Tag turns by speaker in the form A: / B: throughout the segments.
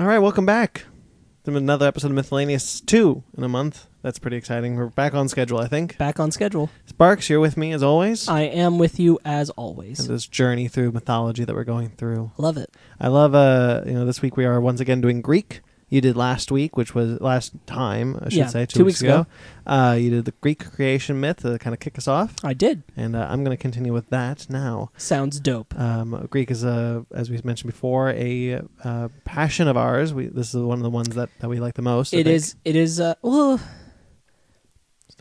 A: All right, welcome back to another episode of Miscellaneous 2 in a month. That's pretty exciting. We're back on schedule, I think.
B: Back on schedule.
A: Sparks, you're with me as always.
B: I am with you as
A: in
B: always.
A: this journey through mythology that we're going through.
B: Love it.
A: I love uh you know this week we are once again doing Greek. You did last week, which was last time I should
B: Yeah,
A: say, two,
B: two
A: weeks,
B: weeks ago.
A: Uh, you did the Greek creation myth to kind of kick us off,
B: I did.
A: and uh, I'm going to continue with that now.
B: Sounds dope.
A: Um, Greek is a, as we mentioned before, a uh, passion of ours. We this is one of the ones that, that we like the most. I
B: It
A: think.
B: is. It is. Uh, well,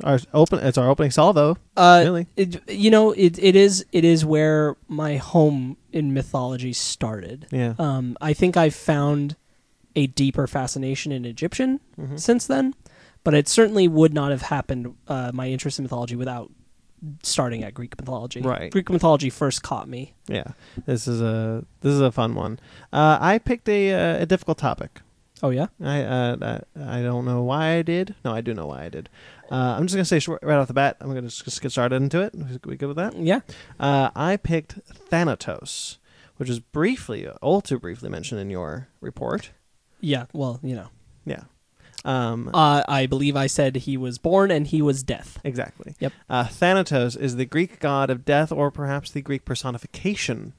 A: our open. It's our opening salvo.
B: uh,
A: really,
B: it, you know, it, it is. It is where my home in mythology started.
A: yeah.
B: Um, I think I've found a deeper fascination in Egyptian
A: Mhm.
B: since then, but it certainly would not have happened uh, my interest in mythology without starting at Greek mythology.
A: Right.
B: Greek mythology first caught me.
A: Yeah, this is a this is a fun one. Uh, I picked a uh, a difficult topic.
B: Oh yeah.
A: I uh, I I don't know why I did. No, I do know why I did. Uh, I'm just gonna say sh- right off the bat. I'm gonna just, just get started into it. We good with that?
B: Yeah.
A: Uh, I picked Thanatos, which was briefly, all too briefly mentioned in your report.
B: Yeah. Well, you know.
A: Yeah. Um,
B: Uh, I believe I said he was born and he was death.
A: exactly.
B: Yep.
A: Uh, Thanatos is the Greek god of death, or perhaps the Greek personification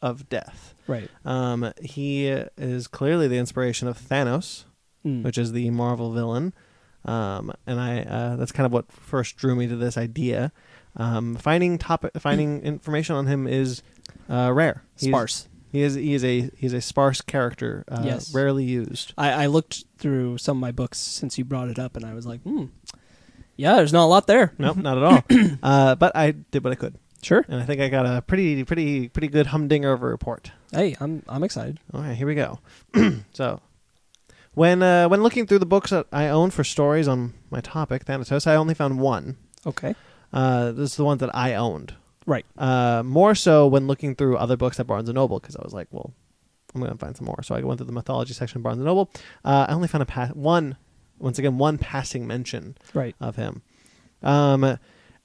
A: of death.
B: Right.
A: Um, he is clearly the inspiration of Thanos,
B: Hmm.
A: which is the Marvel villain. Um, and I uh, that's kind of what first drew me to this idea. Um, finding topic, finding information on him is uh, rare. He's-
B: Sparse.
A: He is he is a he's a sparse character. Uh,
B: Yes.
A: Rarely used.
B: I, I looked through some of my books since you brought it up, and I was like, hmm, yeah, there's not a lot there.
A: Nope, not at all. uh, but I did what I could,
B: Sure.
A: and I think I got a pretty pretty pretty good humdinger of a report.
B: Hey, I'm I'm excited.
A: All right, here we go. so, when uh, when looking through the books that I own for stories on my topic Thanatos, I only found one.
B: Okay.
A: Uh, this is the one that I owned.
B: Right.
A: Uh, more so when looking through other books at Barnes and Noble because I was like, well, I'm gonna find some more. So I went through the mythology section of Barnes and Noble. Uh, I only found a pa- one, once again, one passing mention
B: Right.
A: of him. Um, and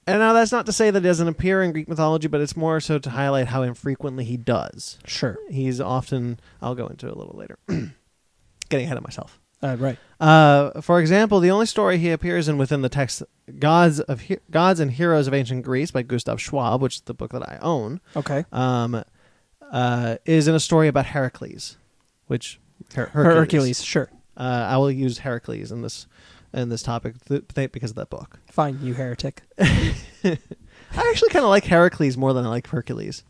A: now that's not to say that he doesn't appear in Greek mythology, but it's more so to highlight how infrequently he does.
B: Sure.
A: He's often. I'll go into it a little later. Getting ahead of myself.
B: Uh, right.
A: Uh, for example, the only story he appears in within the text "Gods of He- Gods and Heroes of Ancient Greece" by Gustav Schwab, which is the book that I own,
B: Okay.
A: um, uh, is in a story about Heracles, which Her-
B: Hercules.
A: Hercules.
B: Sure.
A: Uh, I will use Heracles in this in this topic th- th- because of that book.
B: Fine, you heretic.
A: I actually kind of like Heracles more than I like Hercules.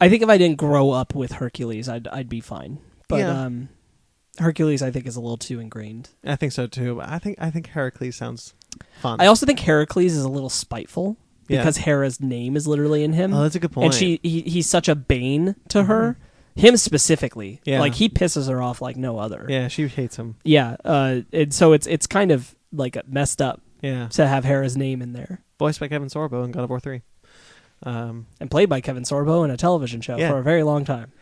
B: I think if I didn't grow up with Hercules, I'd I'd be fine. But
A: Yeah.
B: um, Hercules, I think, is a little too ingrained.
A: I think so too. But I think I think Heracles sounds fun.
B: I also think Heracles is a little spiteful
A: Um, Yeah.
B: because Hera's name is literally in him.
A: oh, that's a good point. Mm-hmm.
B: And she he, he's such a bane to her, him specifically.
A: Yeah.
B: Like he pisses her off like no other.
A: yeah, she hates him.
B: Yeah, uh, and so it's it's kind of like messed up
A: Yeah,
B: to have Hera's name in there
A: voiced by Kevin Sorbo in God of War Three. Um,
B: and played by Kevin Sorbo in a television show
A: Yeah.
B: for a very long time.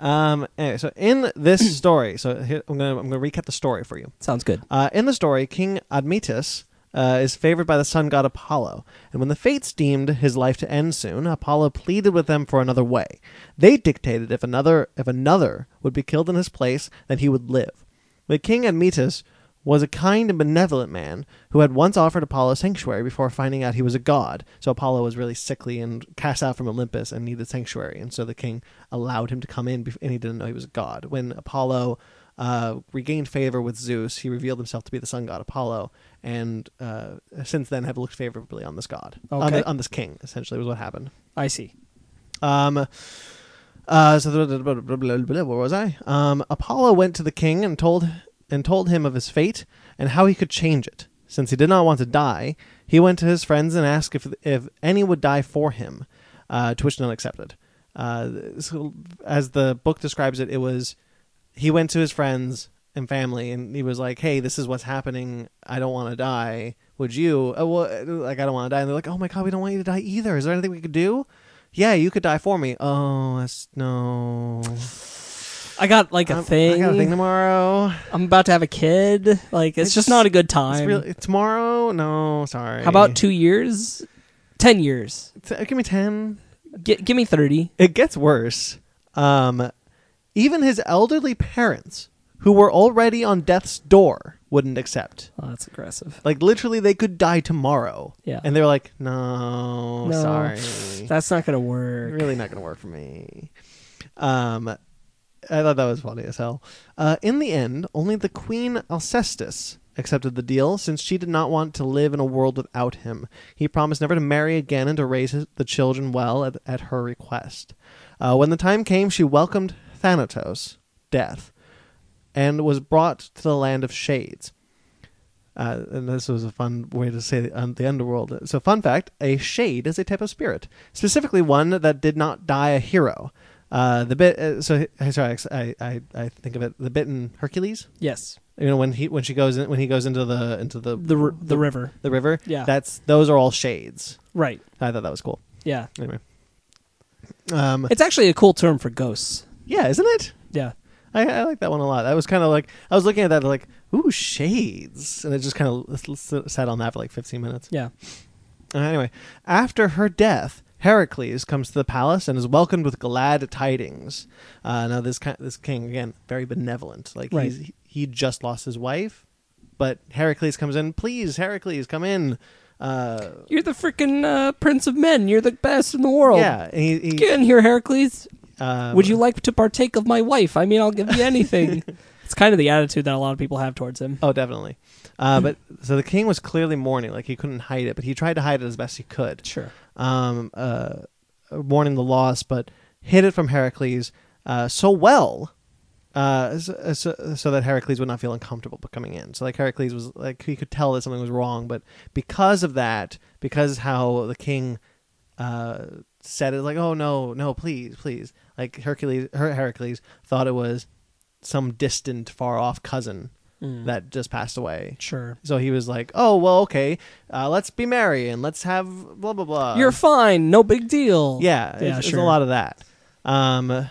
A: Um. Anyway, so in this story, so here, I'm gonna I'm gonna recap the story for you.
B: Sounds good.
A: Uh, in the story, King Admetus uh, is favored by the sun god Apollo, and when the fates deemed his life to end soon, Apollo pleaded with them for another way. They dictated if another if another would be killed in his place, that he would live. But King Admetus was a kind and benevolent man who had once offered Apollo sanctuary before finding out he was a god. So Apollo was really sickly and cast out from Olympus and needed sanctuary, and so the king allowed him to come in, bef- and he didn't know he was a god. When Apollo uh, regained favor with Zeus, he revealed himself to be the sun god Apollo, and uh, since then have looked favorably on this god, on,
B: Okay.
A: thi- on this king. Essentially, was what happened.
B: I see.
A: Um, uh, so where was I? Um, Apollo went to the king and told and told him of his fate and how he could change it. Since he did not want to die, he went to his friends and asked if if any would die for him, uh, to which none accepted. Uh, so as the book describes it, it was he went to his friends and family and he was like, "Hey, this is what's happening. I don't want to die. Would you? Oh, well, like I don't want to die." And they're like, "Oh my god, we don't want you to die either. Is there anything we could do?" Yeah, you could die for me. Oh, that's no.
B: I got like a
A: I'm- Um, I
B: thing.
A: got a thing tomorrow.
B: I'm about to have a kid. Like it's,
A: It's-
B: just not a good
A: It's
B: time.
A: really, tomorrow? No, sorry.
B: How about two years? Ten years.
A: T- give me ten?
B: Gi- give me thirty.
A: It gets worse. Um, Even his elderly parents, who were already on death's door, wouldn't accept.
B: Oh, that's aggressive.
A: Like literally, they could die tomorrow.
B: Yeah.
A: And they're like, no,
B: No.
A: sorry,
B: That's not gonna work.
A: really not gonna work for me. Um, I thought that was funny as hell. Uh, in the end, only the Queen Alcestis accepted the deal since she did not want to live in a world without him. He promised never to marry again and to raise his, the children well at, at her request. Uh, when the time came, she welcomed Thanatos, death, and was brought to the land of shades. Uh, and this was a fun way to say the, um, the underworld. So, fun fact a shade is a type of spirit, specifically one that did not die a hero. Uh, the bit, uh, so uh, sorry, I, I, I think of it. The bit in Hercules,
B: Yes.
A: you know, when he when she goes in, when he goes into the into the
B: The r- the river.
A: the river.
B: Yeah.
A: that's those are all shades.
B: Right.
A: I thought that was cool.
B: Yeah.
A: Anyway, um,
B: It's actually a cool term for ghosts.
A: yeah, isn't it?
B: Yeah.
A: I, I like that one a lot. I was kind of like I was looking at that like ooh shades, and it just kind of sat on that for like fifteen minutes.
B: Yeah.
A: Uh, Anyway, after her death, Heracles comes to the palace and is welcomed with glad tidings. Uh, now this ki- this king again very benevolent. Like
B: Right.
A: he's, he just lost his wife, but Heracles comes in. Please, Heracles, come in. Uh,
B: You're the freaking uh, prince of men. You're the best in the world.
A: yeah, and he, he,
B: Get in here, Heracles.
A: um,
B: Would you like to partake of my wife? I mean, I'll give you anything. it's kind of the attitude that a lot of people have towards him.
A: Oh, definitely. Uh, but so the king was clearly mourning, like he couldn't hide it, but he tried to hide it as best he could.
B: Sure.
A: um, uh, mourning the loss, but hid it from Heracles uh, so well, uh, so, so, so that Heracles would not feel uncomfortable coming in. So like Heracles was like he could tell that something was wrong, but because of that, because how the king uh, said it, like oh no, no, please, please, like Hercules, her Heracles thought it was some distant, far off cousin that just passed away.
B: Sure.
A: So he was like, "Oh well, okay, uh, let's be merry and let's have blah blah blah."
B: You're fine. No big deal.
A: Um, yeah, it's,
B: Yeah.
A: it's
B: sure.
A: a lot of that. Um,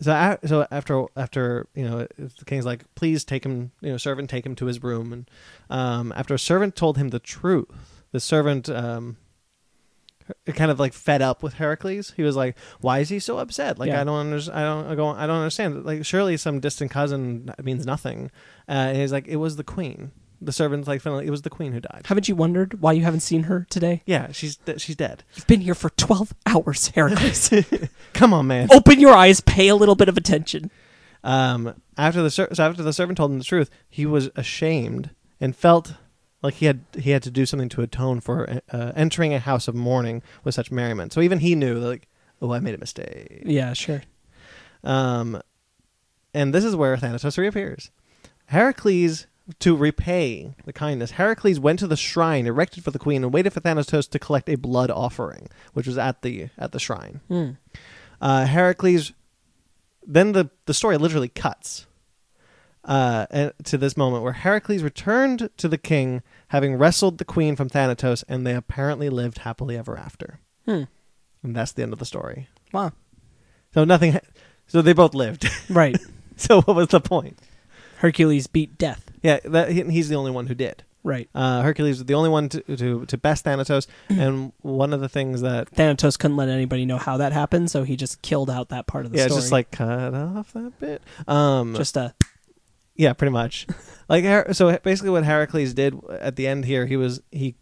A: so a so after after you know if the king's like, "Please take him," you know, servant, take him to his room, and um, after a servant told him the truth, the servant um. Kind of like fed up with Heracles, he was like, "Why is he so upset? Like
B: Yeah.
A: I don't understand. I don't I go. I don't understand. Like surely some distant cousin means nothing." Uh, and he's like, "It was the queen." The servant's like, "Finally, it was the queen who died."
B: Haven't you wondered why you haven't seen her today?
A: Yeah, she's de- she's dead.
B: You've been here for 12 hours, Heracles.
A: Come on, man.
B: Open your eyes, pay a little bit of attention.
A: Um, after the ser- so after the servant told him the truth, he was ashamed and felt like he had he had to do something to atone for uh, entering a house of mourning with such merriment. So even he knew like, oh, I made a mistake.
B: Yeah, sure.
A: Um, and this is where Thanatos reappears. Heracles, to repay the kindness, Heracles went to the shrine erected for the queen and waited for Thanatos to collect a blood offering, which was at the at the shrine.
B: Hmm.
A: Uh, Heracles, then the the story literally cuts uh, and- to this moment where Heracles returned to the king, having wrestled the queen from Thanatos, and they apparently lived happily ever after.
B: Hmm.
A: And that's the end of the story.
B: Wow.
A: So nothing. ha- So they both lived.
B: Right.
A: So what was the point?
B: Hercules beat death.
A: Yeah, that, he- he's the only one who did.
B: Right.
A: Uh, Hercules was the only one to, to, to best Thanatos, and one of the things that
B: Thanatos couldn't let anybody know how that happened, so he just killed out that part of the
A: yeah, it's
B: story.
A: just like cut off that bit. Um,
B: just a
A: yeah, pretty much. like Her- so, basically, what Heracles did at the end here, he was he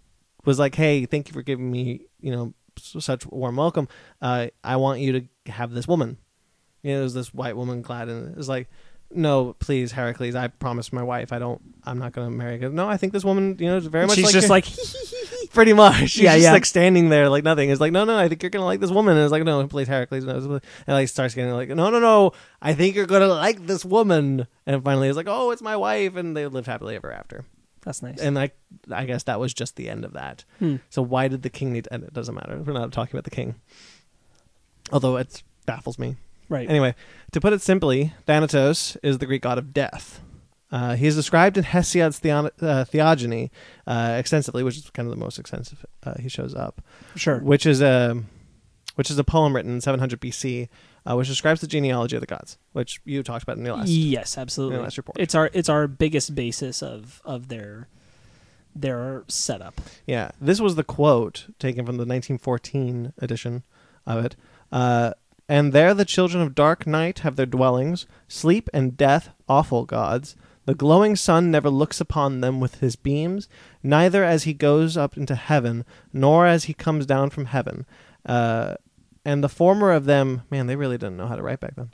A: was like, "Hey, thank you for giving me you know s- such warm welcome. Uh, I want you to have this woman." You know, it was this white woman clad, and it was like, "No, please, Heracles, I promised my wife I don't, I'm not going to marry." Her. No, I think this woman, you know, is very much.
B: she's
A: like
B: just
A: your-
B: like
A: pretty much. She's
B: Yeah,
A: just
B: yeah.
A: like standing there like nothing. It's like, no, no, I think you're gonna like this woman. And it's like, no, please, Heracles. No, and like starts getting like, no, no, no, I think you're gonna like this woman. And finally, it's like, oh, it's my wife, and they lived happily ever after.
B: that's nice.
A: And I, I guess that was just the end of that.
B: Hmm.
A: So why did the king need? to end? It doesn't matter. We're not talking about the king. Although it baffles me.
B: right.
A: Anyway, to put it simply, Thanatos is the Greek god of death. Uh, he is described in Hesiod's Theon- uh, Theogony uh, extensively, which is kind of the most extensive uh, he shows up,
B: sure.
A: which is a which is a poem written in 700 BC, uh, which describes the genealogy of the gods, which you talked about in your last.
B: Yes, absolutely.
A: Yeah, last report.
B: It's our it's our biggest basis of of their their setup.
A: Yeah, this was the quote taken from the 1914 edition of it. Uh, And there the children of dark night have their dwellings, sleep and death, awful gods. The glowing sun never looks upon them with his beams, neither as he goes up into heaven, nor as he comes down from heaven. Uh, and the former of them, man, they really didn't know how to write back then.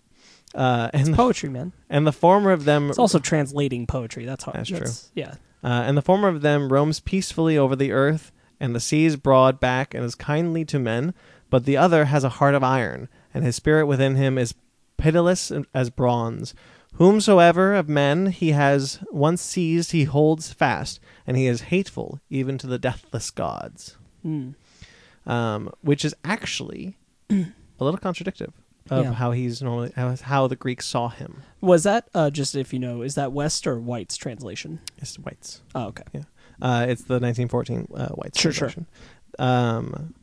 A: Uh, and, the,
B: Poetry, man.
A: and the former of them
B: It's also translating poetry. That's hard.
A: That's true.
B: Yeah.
A: uh, and the former of them roams peacefully over the earth, and the seas broad back, and is kindly to men. But the other has a heart of iron, and his spirit within him is pitiless as bronze. Whomsoever of men he has once seized, he holds fast, and he is hateful even to the deathless gods.
B: Mm.
A: Um, which is actually a little contradictive of
B: Yeah.
A: how he's normally how, how the Greeks saw him.
B: Was that uh, just if you know? Is that West or White's translation?
A: It's whites.
B: Oh, okay.
A: Uh, it's the 1914 uh, White
B: Sure,
A: sure,
B: sure.
A: Um,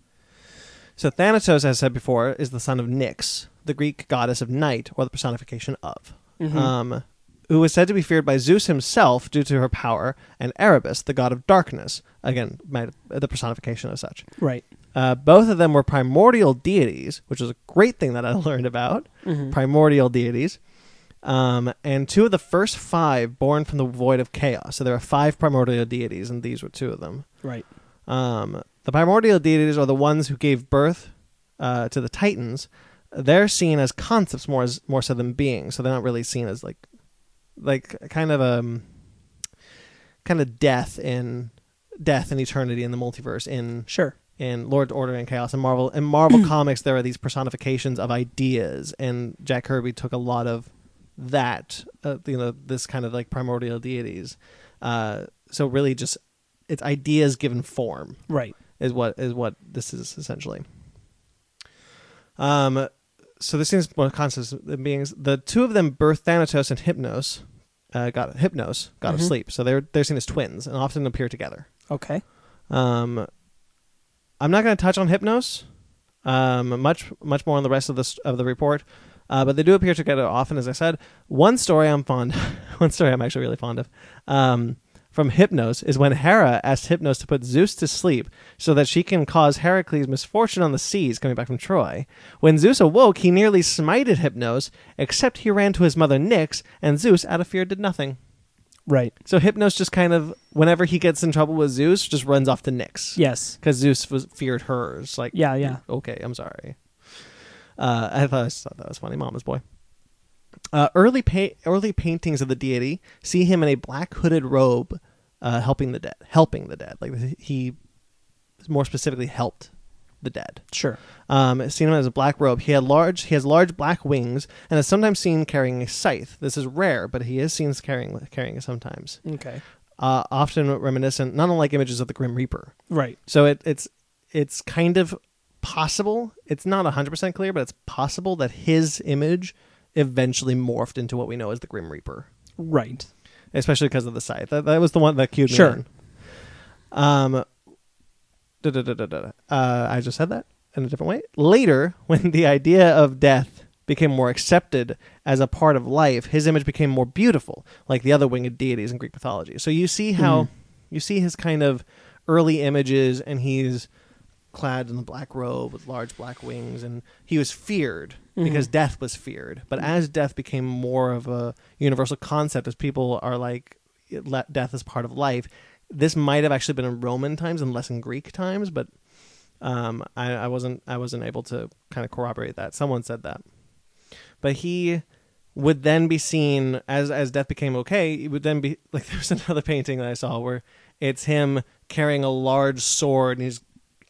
A: so Thanatos, as I said before, is the son of Nyx, the Greek goddess of night, or the personification of,
B: Mhm.
A: um, who was said to be feared by Zeus himself due to her power, and Erebus, the god of darkness, again, might- the personification of such.
B: Right.
A: Uh, both of them were primordial deities, which is a great thing that I learned about.
B: Mm-hmm.
A: Primordial deities. Um, and two of the first five born from the void of chaos. So there are five primordial deities, and these were two of them.
B: Right.
A: Um, the primordial deities are the ones who gave birth uh, to the Titans. They're seen as concepts more as more so than beings, so they're not really seen as like like kind of um kind of death in death and eternity in the multiverse in
B: Sure.
A: in Lord Order and Chaos and Marvel and Marvel comics there are these personifications of ideas and Jack Kirby took a lot of that uh, you know this kind of like primordial deities uh, so really just it's ideas given form
B: Right.
A: is what is what this is essentially. Um, so this seems more concepts than beings. The two of them birth Thanatos and Hypnos, uh, god Hypnos, god
B: Mhm.
A: of sleep. So they're they're seen as twins and often appear together.
B: Okay.
A: Um, I'm not going to touch on Hypnos um, much much more on the rest of the of the report, uh, but they do appear together often, as I said. One story I'm fond, one story I'm actually really fond of, um, from Hypnos is when Hera asked Hypnos to put Zeus to sleep so that she can cause Heracles misfortune on the seas coming back from Troy. When Zeus awoke, he nearly smited Hypnos, except he ran to his mother Nyx, and Zeus, out of fear, did nothing.
B: Right.
A: So Hypnos just kind of, whenever he gets in trouble with Zeus, just runs off to Nyx
B: Yes.
A: because Zeus was feared hers. Like,
B: Yeah, yeah.
A: okay, I'm sorry. Uh, I thought I just thought that was funny, Mama's boy. Uh, early pa- early paintings of the deity see him in a black hooded robe, uh, helping the dead, helping the dead. Like he, more specifically, helped the dead.
B: Sure.
A: Um, it's seen him as a black robe. He had large. He has large black wings and is sometimes seen carrying a scythe. This is rare, but he is seen as carrying carrying it sometimes.
B: Okay.
A: Uh, often reminiscent, not unlike images of the Grim Reaper.
B: Right.
A: So it, it's it's kind of possible. It's not 100% clear, but it's possible that his image eventually morphed into what we know as the Grim Reaper,
B: Right.
A: especially because of the scythe. That, that was the one that cued
B: Sure.
A: me in. Um, da, da, da, da, da. Uh, I just said that in a different way. Later, when the idea of death became more accepted as a part of life, his image became more beautiful, like the other winged deities in Greek mythology. So you see how you see his kind of early images, and he's clad in the black robe with large black wings, and he was feared because death was feared. But as death became more of a universal concept, as people are like, it- let death is part of life. This might have actually been in Roman times and less in Greek times, but um, I, I wasn't I wasn't able to kind of corroborate that. Someone said that, but he would then be seen as as death became okay. It would then be like there was another painting that I saw where it's him carrying a large sword and he's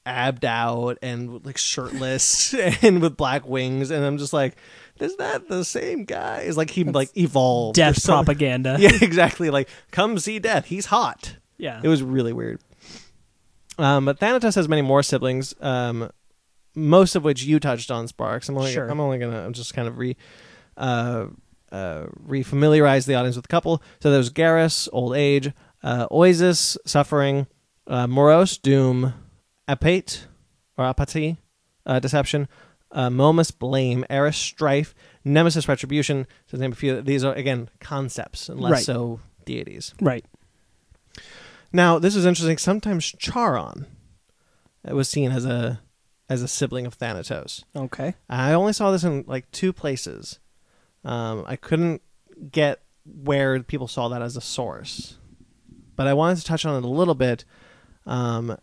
A: abbed out and like shirtless and with black wings, and I'm just like, is that the same guy? Is like he like evolved or
B: Death
A: something.
B: propaganda.
A: Yeah, exactly. Like come see death. He's hot.
B: Yeah.
A: It was really weird. Um, but Thanatos has many more siblings, um, most of which you touched on, Sparks. I'm only,
B: Sure.
A: I'm only gonna I'm just kind of re, uh, uh, refamiliarize the audience with a couple. So there's Garrus, old age, uh, Oisis, suffering, uh, Morose, doom, Apate, or Apathy, uh, deception, uh, Momus, blame, Eris, strife, Nemesis, retribution. So to name a few. These are again concepts, and less
B: Right.
A: so deities.
B: Right.
A: Now, this is interesting. Sometimes Charon was seen as a as a sibling of Thanatos.
B: Okay.
A: I only saw this in like two places. Um, I couldn't get where people saw that as a source, but I wanted to touch on it a little bit. Um,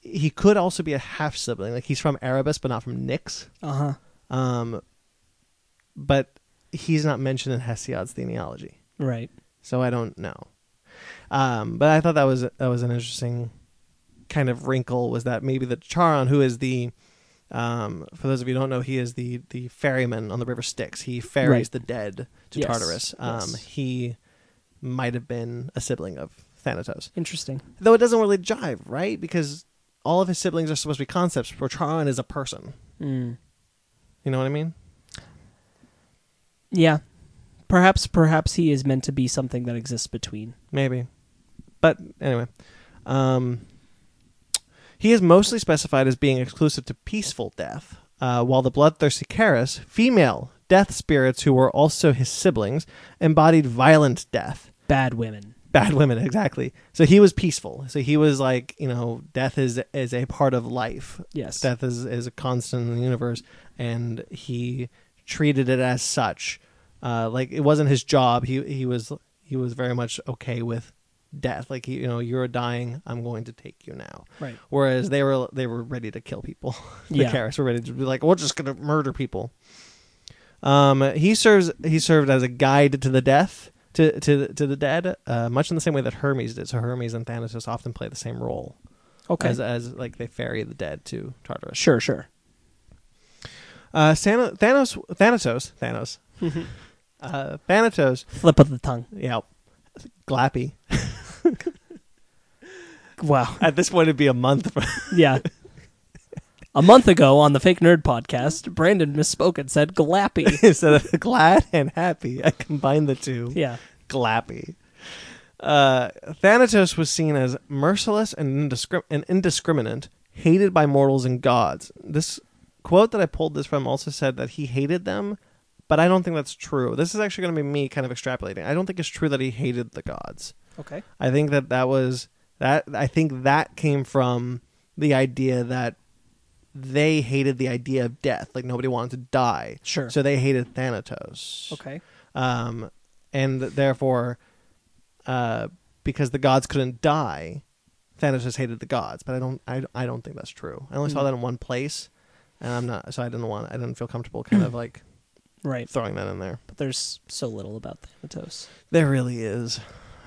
A: he could also be a half sibling, like he's from Erebus, but not from Nyx.
B: Uh huh.
A: Um, but he's not mentioned in Hesiod's genealogy,
B: Right.
A: so I don't know. Um, but I thought that was that was an interesting kind of wrinkle was that maybe that Charon, who is the um, for those of you who don't know, he is the the ferryman on the River Styx. He ferries
B: Right.
A: the dead to
B: Yes,
A: Tartarus. Um,
B: yes.
A: He might have been a sibling of Thanatos,
B: Interesting.
A: though it doesn't really jive, right? Because all of his siblings are supposed to be concepts, where Charon is a person.
B: Mm.
A: You know what I mean?
B: Yeah. Perhaps, perhaps he is meant to be something that exists between.
A: Maybe. But anyway, um, he is mostly specified as being exclusive to peaceful death, uh, while the bloodthirsty Karis, female death spirits who were also his siblings, embodied violent death.
B: Bad women.
A: Bad women, exactly. So he was peaceful. So he was like, you know, death is is a part of life.
B: Yes.
A: Death is, is a constant in the universe, and he treated it as such. Uh, like it wasn't his job. He he was he was very much okay with death. Like you know, you're dying. I'm going to take you now.
B: Right.
A: Whereas they were they were ready to kill people. the
B: Yeah.
A: Karis were ready to be like, we're just gonna murder people. Um, he serves he served as a guide to the death to to to the dead, uh, much in the same way that Hermes did. So Hermes and Thanatos often play the same role
B: Okay.
A: as as like they ferry the dead to Tartarus.
B: sure. Sure.
A: Uh, San- Thanos, Thanatos, Thanos,
B: Mm-hmm.
A: uh, Thanatos.
B: Flip of the tongue.
A: Yeah, Glappy.
B: Wow.
A: At this point, it'd be a month. From-
B: Yeah. A month ago on the Fake Nerd podcast, Brandon misspoke and said glappy.
A: Instead of glad and happy, I combined the two.
B: yeah.
A: Glappy. Uh, Thanatos was seen as merciless and, indiscrim- and indiscriminate, hated by mortals and gods. This quote that I pulled this from also said that he hated them, but I don't think that's true. This is actually going to be me kind of extrapolating. I don't think it's true that he hated the gods.
B: Okay.
A: I think that that was that. I think that came from the idea that they hated the idea of death. Like nobody wanted to die,
B: Sure.
A: so they hated Thanatos.
B: okay.
A: Um, and therefore, uh, because the gods couldn't die, Thanatos hated the gods. But I don't. I, I don't think that's true. I only saw
B: Hmm.
A: that in one place, and I'm not. So I didn't want. I didn't feel comfortable kind of like
B: Right.
A: throwing that in there.
B: But there's so little about Thanatos.
A: There really is.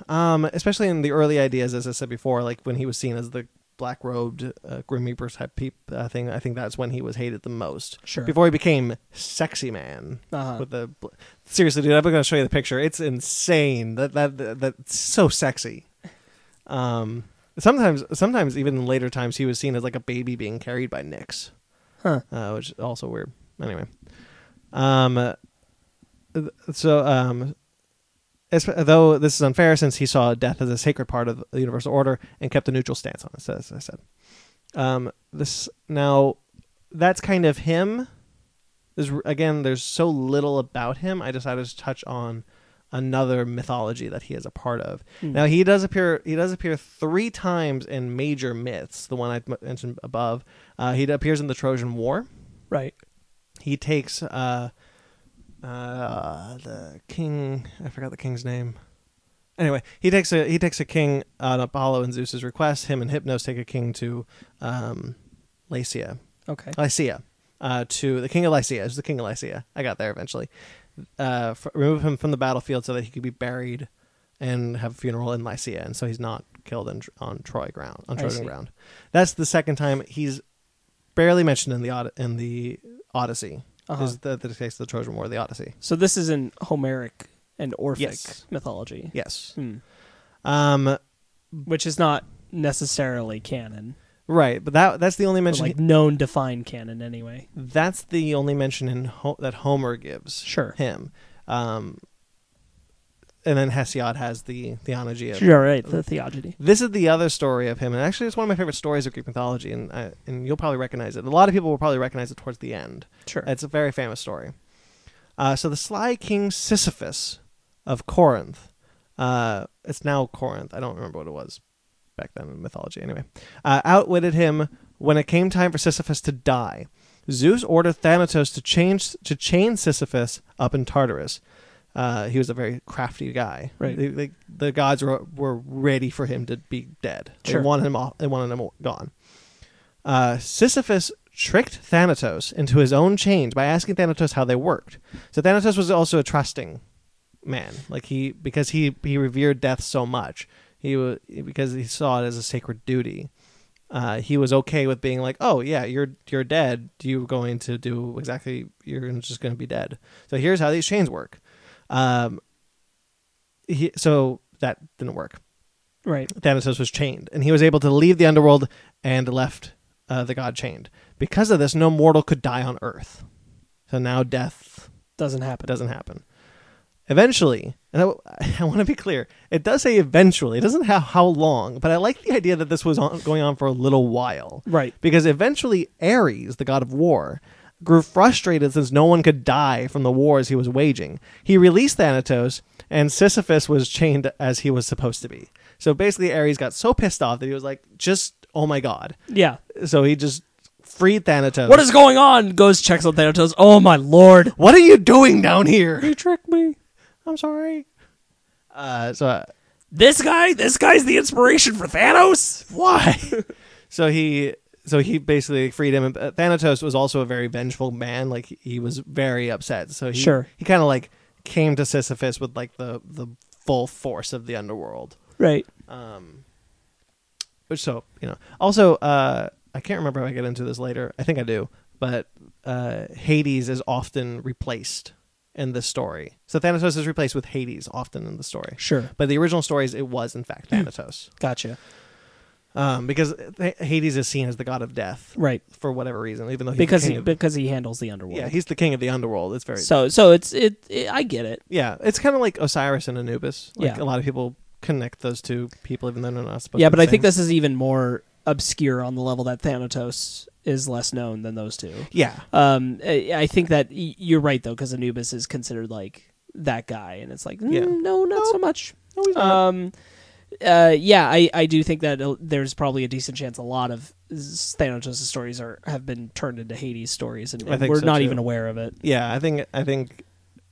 A: Um, especially in the early ideas, as I said before, like when he was seen as the black robed uh, Grim Reaper type peep, uh, thing, I think that's when he was hated the most.
B: Sure.
A: Before he became Sexy Man.
B: Uh-huh.
A: With the bl- Seriously, dude, I'm going to show you the picture. It's insane. That, that, that That's so sexy. Um, sometimes, sometimes even in later times, he was seen as like a baby being carried by Nyx
B: Huh.
A: uh, which is also weird. Anyway, um, uh, th- so um, as, though this is unfair, since he saw death as a sacred part of the universal order and kept a neutral stance on it, so as I said. Um, this now, that's kind of him. There's again, there's so little about him. I decided to touch on another mythology that he is a part of.
B: Hmm.
A: Now he does appear. He does appear three times in major myths. The one I m- mentioned above. Uh, he appears in the Trojan War
B: Right.
A: he takes uh, uh, the king. I forgot the king's name. Anyway, he takes a he takes a king on Apollo and Zeus's request. Him and Hypnos take a king to um, Lycia,
B: Okay.
A: Lycia, uh, to the king of Lycia. It's the king of Lycia. I got there eventually. Uh, f- remove him from the battlefield so that he could be buried and have a funeral in Lycia, and so he's not killed in, on Troy ground on
B: I
A: Trojan
B: see.
A: ground. That's the second time he's barely mentioned in the Od- in the Odyssey.
B: Uh-huh.
A: Is the, the case of the Trojan War, the Odyssey?
B: So this is in Homeric and Orphic
A: Yes.
B: mythology,
A: Yes.
B: Hmm.
A: Um,
B: which is not necessarily canon,
A: right, but that that's the only
B: but
A: mention.
B: like known defined canon anyway.
A: that's the only mention in Ho- that Homer gives.
B: Sure.
A: him. Um, and then Hesiod has the theology of.
B: You're right.
A: Uh,
B: The theogony.
A: This is the other story of him, and actually, it's one of my favorite stories of Greek mythology, and I, and you'll probably recognize it. A lot of people will probably recognize it towards the end.
B: Sure.
A: It's a very famous story. Uh, so the sly king Sisyphus of Corinth, uh, it's now Corinth. I don't remember what it was back then in mythology. Anyway, uh, outwitted him When it came time for Sisyphus to die, Zeus ordered Thanatos to change to chain Sisyphus up in Tartarus. Uh, he was a very crafty guy.
B: Right.
A: The, the, the gods were, were ready for him to be dead.
B: Sure.
A: They wanted him off. They wanted him gone. Uh, Sisyphus tricked Thanatos into his own chains by asking Thanatos how they worked. So Thanatos was also a trusting man, like he because he he revered death so much. He wa- because he saw it as a sacred duty. Uh, he was okay with being like, "Oh yeah, you're you're dead. You're going to do exactly. You're just going to be dead." So here's how these chains work. Um, he, so that didn't work.
B: Right.
A: Thanatos was chained, and he was able to leave the underworld and left uh, the god chained. Because of this, no mortal could die on Earth. So now death
B: Doesn't happen.
A: doesn't happen. Eventually, and I, I want to be clear, it does say eventually. It doesn't have how long, but I like the idea that this was on, going on for a little while.
B: Right.
A: Because eventually, Ares, the god of war, grew frustrated since no one could die from the wars he was waging. He released Thanatos, and Sisyphus was chained as he was supposed to be. So basically, Ares got so pissed off that he was like, just, oh my god.
B: Yeah.
A: So he just freed Thanatos.
B: What is going on? Goes checks on Thanatos. Oh my lord.
A: What are you doing down here?
B: You tricked me.
A: I'm sorry. Uh, so uh,
B: This guy. This guy's the inspiration for Thanos.
A: why? so he so he basically freed him. Uh, Thanatos was also a very vengeful man. Like he- he was very upset. So he,
B: Sure.
A: he kind of like came to Sisyphus with like the the full force of the underworld.
B: Right.
A: Um, which so you know. Also, uh, I can't remember if I get into this later. I think I do, but uh, Hades is often replaced in this story. So Thanatos is replaced with Hades often in the story.
B: Sure.
A: But the original stories, it was in fact Thanatos,
B: Gotcha.
A: Hmm. um, because Th- Hades is seen as the god of death
B: Right.
A: for whatever reason, even though he's
B: Because
A: the king
B: he
A: of,
B: because he handles the underworld.
A: yeah, he's the king of the underworld. It's very
B: so so it's it, it. I get it.
A: yeah, it's kind of like Osiris and Anubis. Like
B: Yeah.
A: a lot of people connect those two people, even though they're not supposed.
B: yeah,
A: to
B: but
A: be
B: I
A: the
B: think
A: same.
B: this is even more obscure on the level that Thanatos is less known than those two.
A: yeah,
B: Um, I I think that y- you're right though, because Anubis is considered like that guy, and it's like, mm,
A: Yeah.
B: no, not
A: No.
B: so much.
A: no, he's not.
B: Um, uh, yeah, I, I do think that uh, there's probably a decent chance a lot of S- Thanatos' stories are have been turned into Hades stories, and,
A: I
B: and
A: think
B: we're
A: so,
B: not
A: too.
B: even aware of it.
A: yeah, I think I think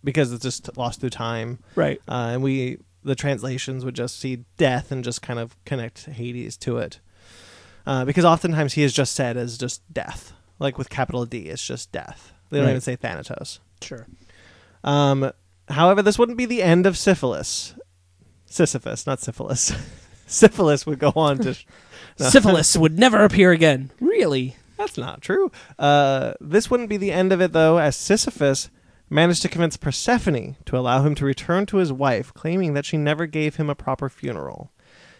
A: because it's just lost through time,
B: Right.
A: uh, and we the translations would just see death and just kind of connect Hades to it, uh, because oftentimes he is just said as just death, like with capital D, it's just death. They don't
B: Right.
A: even say Thanatos.
B: Sure.
A: Um, however, this wouldn't be the end of syphilis, Sisyphus, not syphilis. syphilis would go on to. No.
B: Syphilis would never appear again. Really?
A: That's not true. Uh, this wouldn't be the end of it, though, as Sisyphus managed to convince Persephone to allow him to return to his wife, claiming that she never gave him a proper funeral.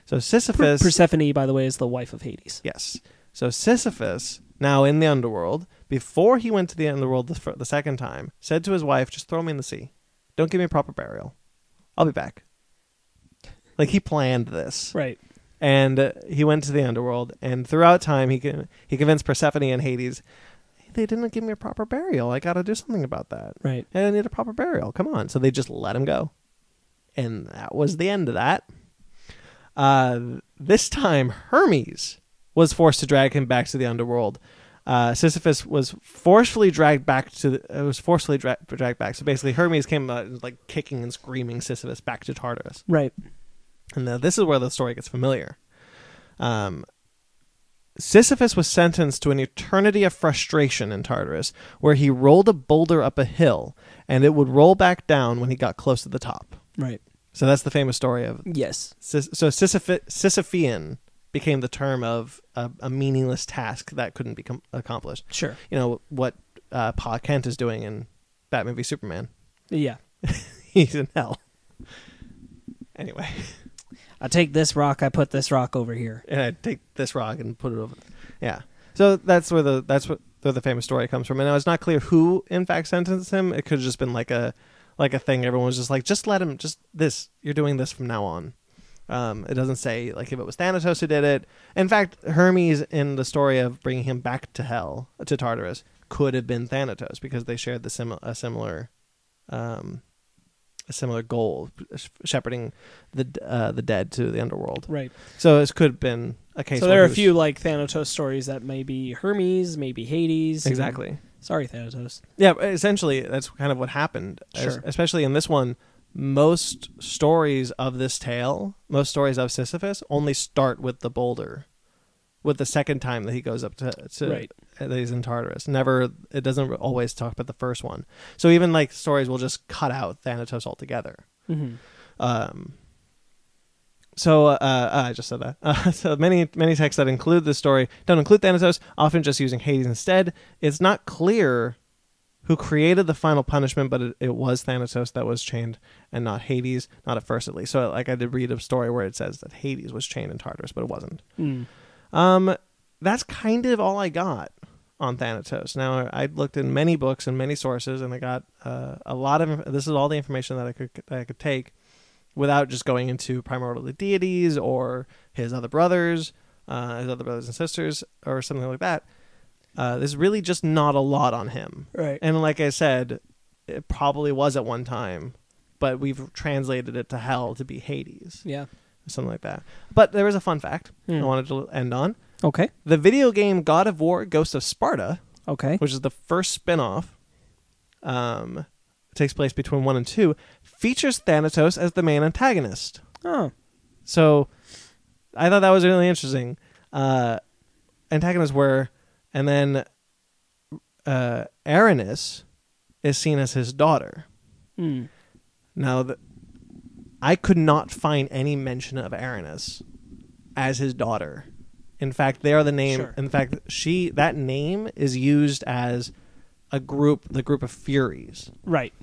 A: So
B: Per-
A: Sisyphus.
B: Persephone, by the way, is the wife of Hades.
A: yes. So Sisyphus, now in the underworld, before he went to the underworld the, fir- the second time, said to his wife, Just throw me in the sea. Don't give me a proper burial. I'll be back. Like he planned this
B: Right.
A: and uh, he went to the underworld. And throughout time, he con- he convinced Persephone and Hades, they didn't give me a proper burial. I got to do something about that.
B: Right.
A: And I need a proper burial. Come on. So they just let him go, and that was the end of that. Uh, this time, Hermes was forced to drag him back to the underworld. Uh, Sisyphus was forcefully dragged back to the, uh, was forcefully dra- dragged back. So basically, Hermes came uh, like kicking and screaming Sisyphus back to Tartarus.
B: Right.
A: And now this is where the story gets familiar. Um, Sisyphus was sentenced to an eternity of frustration in Tartarus, where he rolled a boulder up a hill, and it would roll back down when he got close to the top.
B: Right.
A: So that's the famous story of
B: Yes.
A: Sys- so Sisyphi- Sisyphean became the term of a, a meaningless task that couldn't be com- accomplished.
B: Sure.
A: You know what uh, Pa Kent is doing in that movie Superman.
B: Yeah.
A: He's in hell. Anyway.
B: I take this rock, I put this rock over here.
A: and I'd take this rock and put it over. Yeah. So that's where the that's what where the famous story comes from. And now it's not clear who in fact sentenced him. It could have just been like a like a thing. Everyone was just like, just let him. Just this. You're doing this from now on. Um, it doesn't say like if it was Thanatos who did it. In fact, Hermes in the story of bringing him back to hell to Tartarus could have been Thanatos because they shared the sim- a similar um, a similar goal, sh- shepherding the d- uh, the dead to the underworld.
B: Right.
A: So this could have been a case.
B: So
A: where
B: there are a
A: he was-
B: few like Thanatos stories that may be Hermes, maybe Hades. and-
A: exactly.
B: Sorry, Thanatos.
A: Yeah, but essentially, that's kind of what happened. es-
B: Sure.
A: Especially in this one, most stories of this tale, most stories of Sisyphus, only start with the boulder, with the second time that he goes up to, to
B: Right.
A: that he's in Tartarus. Never, it doesn't always talk about the first one. So even like stories will just cut out Thanatos altogether.
B: Mm-hmm.
A: Um, so uh, uh, I just said that. Uh, so many many texts that include this story don't include Thanatos, often just using Hades instead. It's not clear who created the final punishment, but it, it was Thanatos that was chained and not Hades, not at first at least. So like I did read a story where it says that Hades was chained in Tartarus, but it wasn't.
B: Mm.
A: Um, that's kind of all I got on Thanatos. Now I I looked in many books and many sources, and I got uh, a lot of. This is all the information that I could that I could take, without just going into primarily deities or his other brothers, uh, his other brothers and sisters, or something like that. Uh, there's really just not a lot on him.
B: Right.
A: And like I said, it probably was at one time, but we've translated it to hell to be Hades,
B: yeah.
A: something like that. But there is a fun fact I
B: Hmm.
A: wanted to end on.
B: Okay.
A: The video game God of War Ghost of Sparta,
B: Okay.
A: which is the first spin-off, um, takes place between 1 and 2, features Thanatos as the main antagonist.
B: Oh.
A: So I thought that was really interesting. Uh, antagonists were and then uh Aranis is seen as his daughter.
B: Mm.
A: Now th- I could not find any mention of Aranis as his daughter. In fact, they are the name.
B: Sure.
A: In fact, she that name is used as a group, the group of Furies.
B: Right.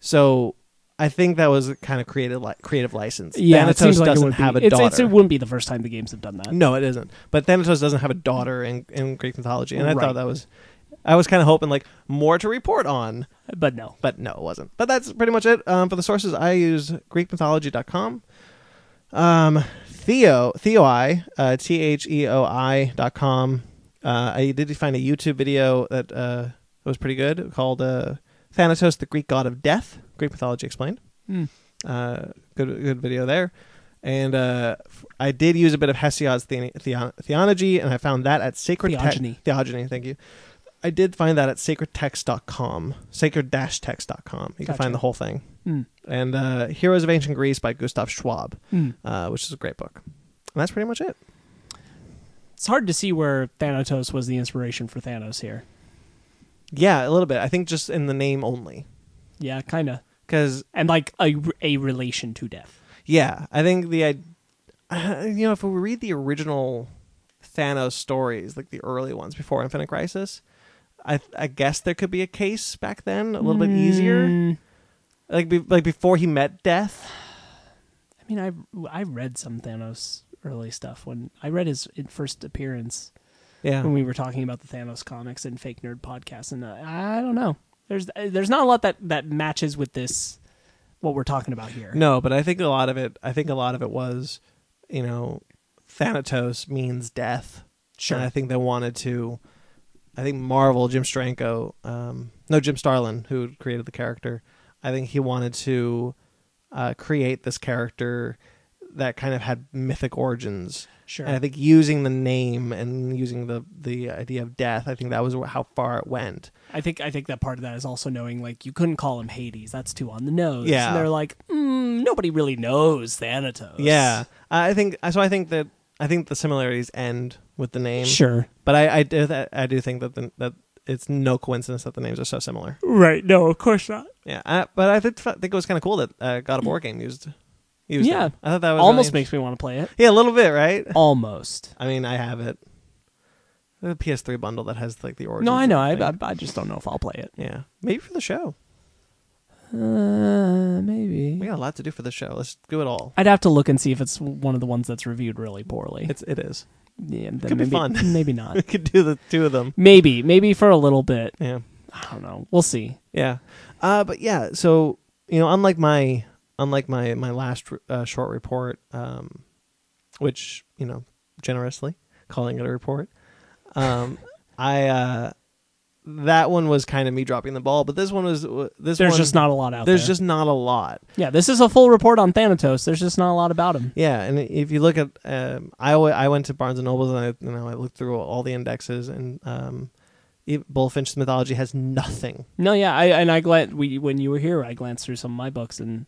A: So I think that was kind of creative, li- creative license.
B: Yeah. it
A: Thanatos
B: seems like it
A: doesn't
B: would be-
A: have a
B: it's-
A: daughter. Mm.
B: it's- it wouldn't be the first time the games have done that.
A: No, it isn't. But Thanatos doesn't have a daughter in, in Greek mythology, and I
B: Right.
A: thought that was, I was kind of hoping like more to report on,
B: But no.
A: but no, it wasn't. But that's pretty much it um, for the sources. I use GreekMythology.com, um, Theo Theoi uh, T H E O I dot com. Uh, I did find a YouTube video that uh, was pretty good called uh, Thanatos, the Greek god of death, Greek mythology explained.
B: Mm.
A: Uh, good good video there. And uh, f- I did use a bit of Hesiod's the- the- theonogy, and I found that at sacred Te-
B: Theogony.
A: theogony. Thank you. I did find that at sacredtext.com, sacred-text.com. You can
B: Gotcha.
A: find the whole thing.
B: Mm.
A: And uh, Heroes of Ancient Greece by Gustav Schwab,
B: Mm.
A: uh, which is a great book. And that's pretty much it.
B: It's hard to see where Thanatos was the inspiration for Thanos here.
A: Yeah, a little bit. I think just in the name only,
B: Yeah, kind of.
A: because
B: And like a, a relation to death.
A: Yeah, I think the I, you know, if we read the original Thanos stories, like the early ones before Infinite Crisis, I I guess there could be a case back then a little bit easier,
B: Mm,
A: like be, like before he met Death.
B: I mean, I I read some Thanos early stuff when I read his first appearance
A: Yeah,
B: when we were talking about the Thanos comics and fake nerd podcast, and uh, I don't know. There's uh, there's not a lot that that matches with this what we're talking about here.
A: no, but I think a lot of it. I think a lot of it was, you know, Thanatos means death.
B: Sure.
A: And I think they wanted to. I think Marvel, Jim Stranko, um, no, Jim Starlin, who created the character, I think he wanted to uh, create this character that kind of had mythic origins.
B: Sure.
A: And I think using the name and using the, the idea of death, I think that was wh- how far it went.
B: I think I think that part of that is also knowing like you couldn't call him Hades. That's too on the nose.
A: Yeah.
B: And they're like, mm, nobody really knows Thanatos.
A: Yeah. I think, so I think that, I think the similarities end with the name.
B: Sure.
A: But I, I, do, th- I do think that, the, that it's no coincidence that the names are so similar.
B: Right. No, of course not.
A: Yeah, I, but I did f- think it was kind of cool that uh, God of War game used. used
B: Yeah.
A: them. I thought that was
B: Almost
A: really
B: makes me want to play it.
A: int- yeah, a little bit, right?
B: Almost.
A: I mean, I have it. The PS3 bundle that has like the origin.
B: No, I know. I, I I just don't know if I'll play it.
A: yeah, maybe for the show. We
B: Uh, maybe.
A: got a lot to do for the show. Let's do it all.
B: I'd have to look and see if it's one of the ones that's reviewed really poorly.
A: It's it is.
B: yeah, then
A: could be
B: maybe,
A: fun.
B: maybe
A: We
B: not.
A: could do the two of them.
B: maybe, maybe for a little bit.
A: Yeah,
B: I don't know. We'll see.
A: yeah. Uh, but yeah, so you know, unlike my unlike my my last uh, short report, um, which you know generously calling it a report, um, I uh, that one was kind of me dropping the ball, but this one was this
B: There's
A: one-
B: just not a lot out
A: there's
B: there.
A: just not a lot.
B: yeah, this is a full report on Thanatos. There's just not a lot about him.
A: Yeah, and if you look at, um, I alwa- I went to Barnes and Nobles and I you know I looked through all the indexes and um, e- Bullfinch's mythology has nothing.
B: No, yeah, I and I glan we when you were here, I glanced through some of my books and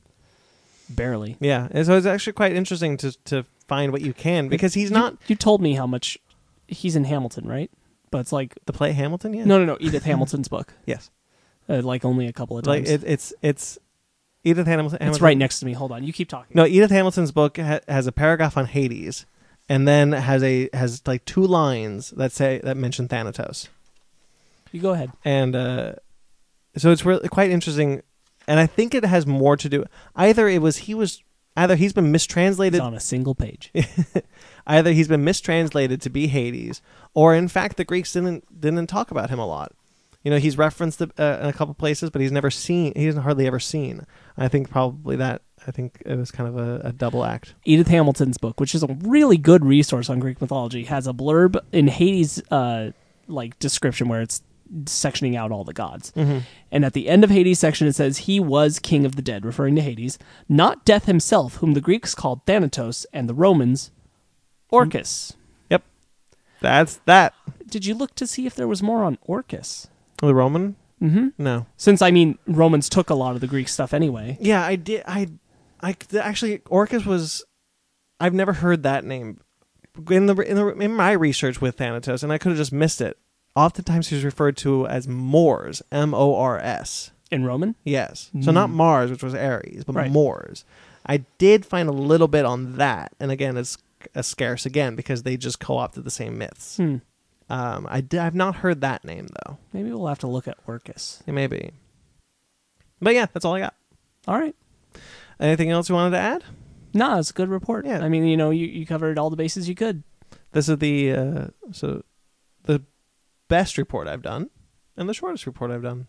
B: barely
A: Yeah, and so it's actually quite interesting to to find what you can because he's
B: You-
A: not
B: You, told me how much he's in Hamilton, right? But it's like
A: the play Hamilton yet.
B: no, no, no, Edith Hamilton's book.
A: yes,
B: Uh, like only a couple of
A: like
B: times.
A: it, it's it's Edith Hamilton.
B: it's right next to me. Hold on, you keep talking.
A: No, Edith Hamilton's book ha- has a paragraph on Hades, and then has a has like two lines that say that mention Thanatos.
B: you go ahead.
A: and uh, so it's really quite interesting. And I think it has more to do. Either it was he was either he's been
B: It's
A: mistranslated,
B: on a single page.
A: either he's been mistranslated to be Hades, or in fact the Greeks didn't didn't talk about him a lot. You know, he's referenced uh, in a couple places, but he's never seen. He's hardly ever seen. I think probably that. I think it was kind of a, a double act.
B: Edith Hamilton's book, which is a really good resource on Greek mythology, has a blurb in Hades' uh, like description where it's sectioning out all the gods.
A: Mm. Mm-hmm.
B: And at the end of Hades' section, it says he was king of the dead, referring to Hades, not death himself, whom the Greeks called Thanatos and the Romans Orcus.
A: Yep, that's that.
B: Did you look to see if there was more on Orcus?
A: The Roman? Mm-hmm. No.
B: Since I mean, Romans took a lot of the Greek stuff anyway.
A: Yeah, I did. I, I actually Orcus was. I've never heard that name in the in the in my research with Thanatos, and I could have just missed it. Oftentimes, he's referred to as Moors, M O R S.
B: In Roman,
A: Yes, so not Mars, which was Aries, but
B: Mm-hmm. Right.
A: Moors. I did find a little bit on that, and again, it's a scarce again because they just co-opted the same myths.
B: Hmm.
A: Um, I did, I've not heard that name though.
B: maybe we'll have to look at Orcus.
A: It may be, but yeah, that's all I got.
B: All right.
A: Anything else you wanted to add?
B: Nah, it's a good report.
A: Yeah.
B: I mean, you know, you, you covered all the bases you could.
A: This is the uh, so the best report I've done and the shortest report I've done.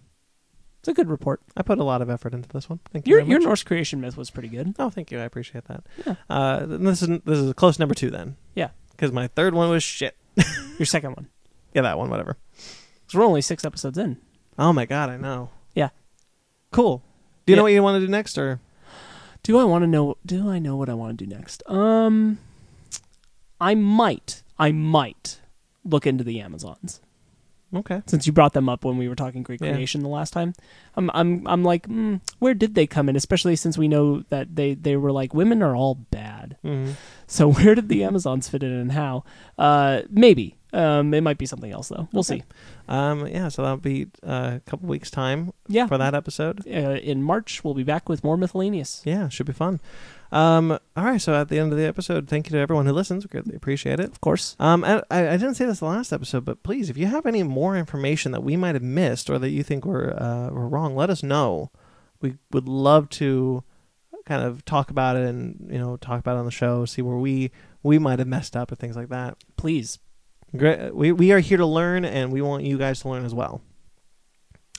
B: It's a good report.
A: I put a lot of effort into this one. Thank you.
B: Your
A: very
B: your
A: much.
B: Norse creation myth was pretty good.
A: Oh, thank you. I appreciate that.
B: Yeah.
A: Uh, th- this is this is a close number two then.
B: Yeah.
A: Because my third one was shit.
B: Your second one.
A: Yeah, that one. Whatever.
B: So we're only six episodes in.
A: Oh my god, I know.
B: Yeah.
A: Cool. Do you
B: Yeah.
A: know what you want to do next, or
B: Do I want to know? Do I know what I want to do next? Um, I might. I might look into the Amazons
A: okay?
B: since you brought them up when we were talking Greek
A: Yeah.
B: creation the last time. I'm I'm I'm like, mm, where did they come in? Especially since we know that they they were like women are all bad.
A: Mm-hmm.
B: So where did the Amazons fit in and how? Uh, maybe. Um, it might be something else though. We'll
A: Okay.
B: see.
A: Um. Yeah. So that'll be uh, a couple weeks time
B: Yeah.
A: for that episode.
B: Uh, in March, we'll be back with more miscellaneous.
A: Yeah, should be fun. Um. All right. So at the end of the episode, thank you to everyone who listens. We greatly appreciate it.
B: Of course.
A: Um, and I, I didn't say this the last episode, but please, if you have any more information that we might have missed or that you think were uh, were wrong, let us know. We would love to kind of talk about it and you know talk about it on the show, see where we we might have messed up and things like that.
B: Please.
A: Great, Uh, we we are here to learn, and we want you guys to learn as well.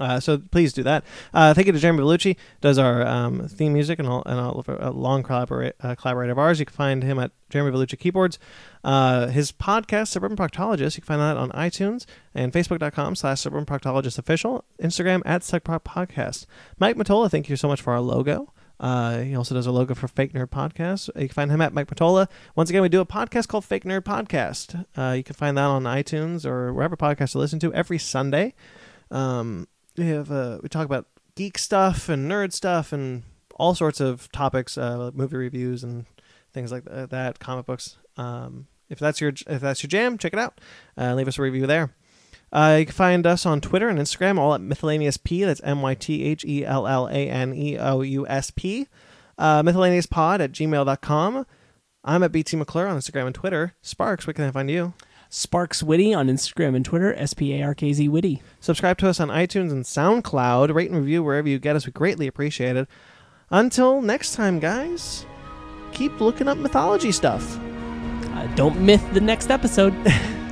A: Uh, so please do that. Uh, thank you to Jeremy Bellucci, does our um, theme music and all, and all of our- a long collabora- uh, collaborator of ours. You can find him at Jeremy Bellucci Keyboards. Uh, his podcast, Suburban Proctologist, you can find that on iTunes and Facebook.com slash Suburban Proctologist Official, Instagram at SuckProc Podcast. Mike Matola, thank you so much for our logo. Uh, he also does a logo for Fake Nerd Podcast. You can find him at Mike Matola. Once again, we do a podcast called Fake Nerd Podcast. Uh, you can find that on iTunes or wherever podcasts to listen to every Sunday. Um, we have uh, we talk about geek stuff and nerd stuff and all sorts of topics, uh, like movie reviews and things like th- that, comic books. Um, if that's your if that's your jam, check it out. Uh, leave us a review there. Uh, you can find us on Twitter and Instagram, all at miscellaneous p. That's M Y T H E L L A N E O U S P. Uh, miscellaneouspod at gmail.com. I'm at BT McClure on Instagram and Twitter. Sparks, where can I find you?
B: Sparks Witty on Instagram and Twitter, S P A R K Z Witty.
A: Subscribe to us on iTunes and SoundCloud. Rate and review wherever you get us. We greatly appreciate it. Until next time, guys, keep looking up mythology stuff.
B: Uh, don't myth the next episode.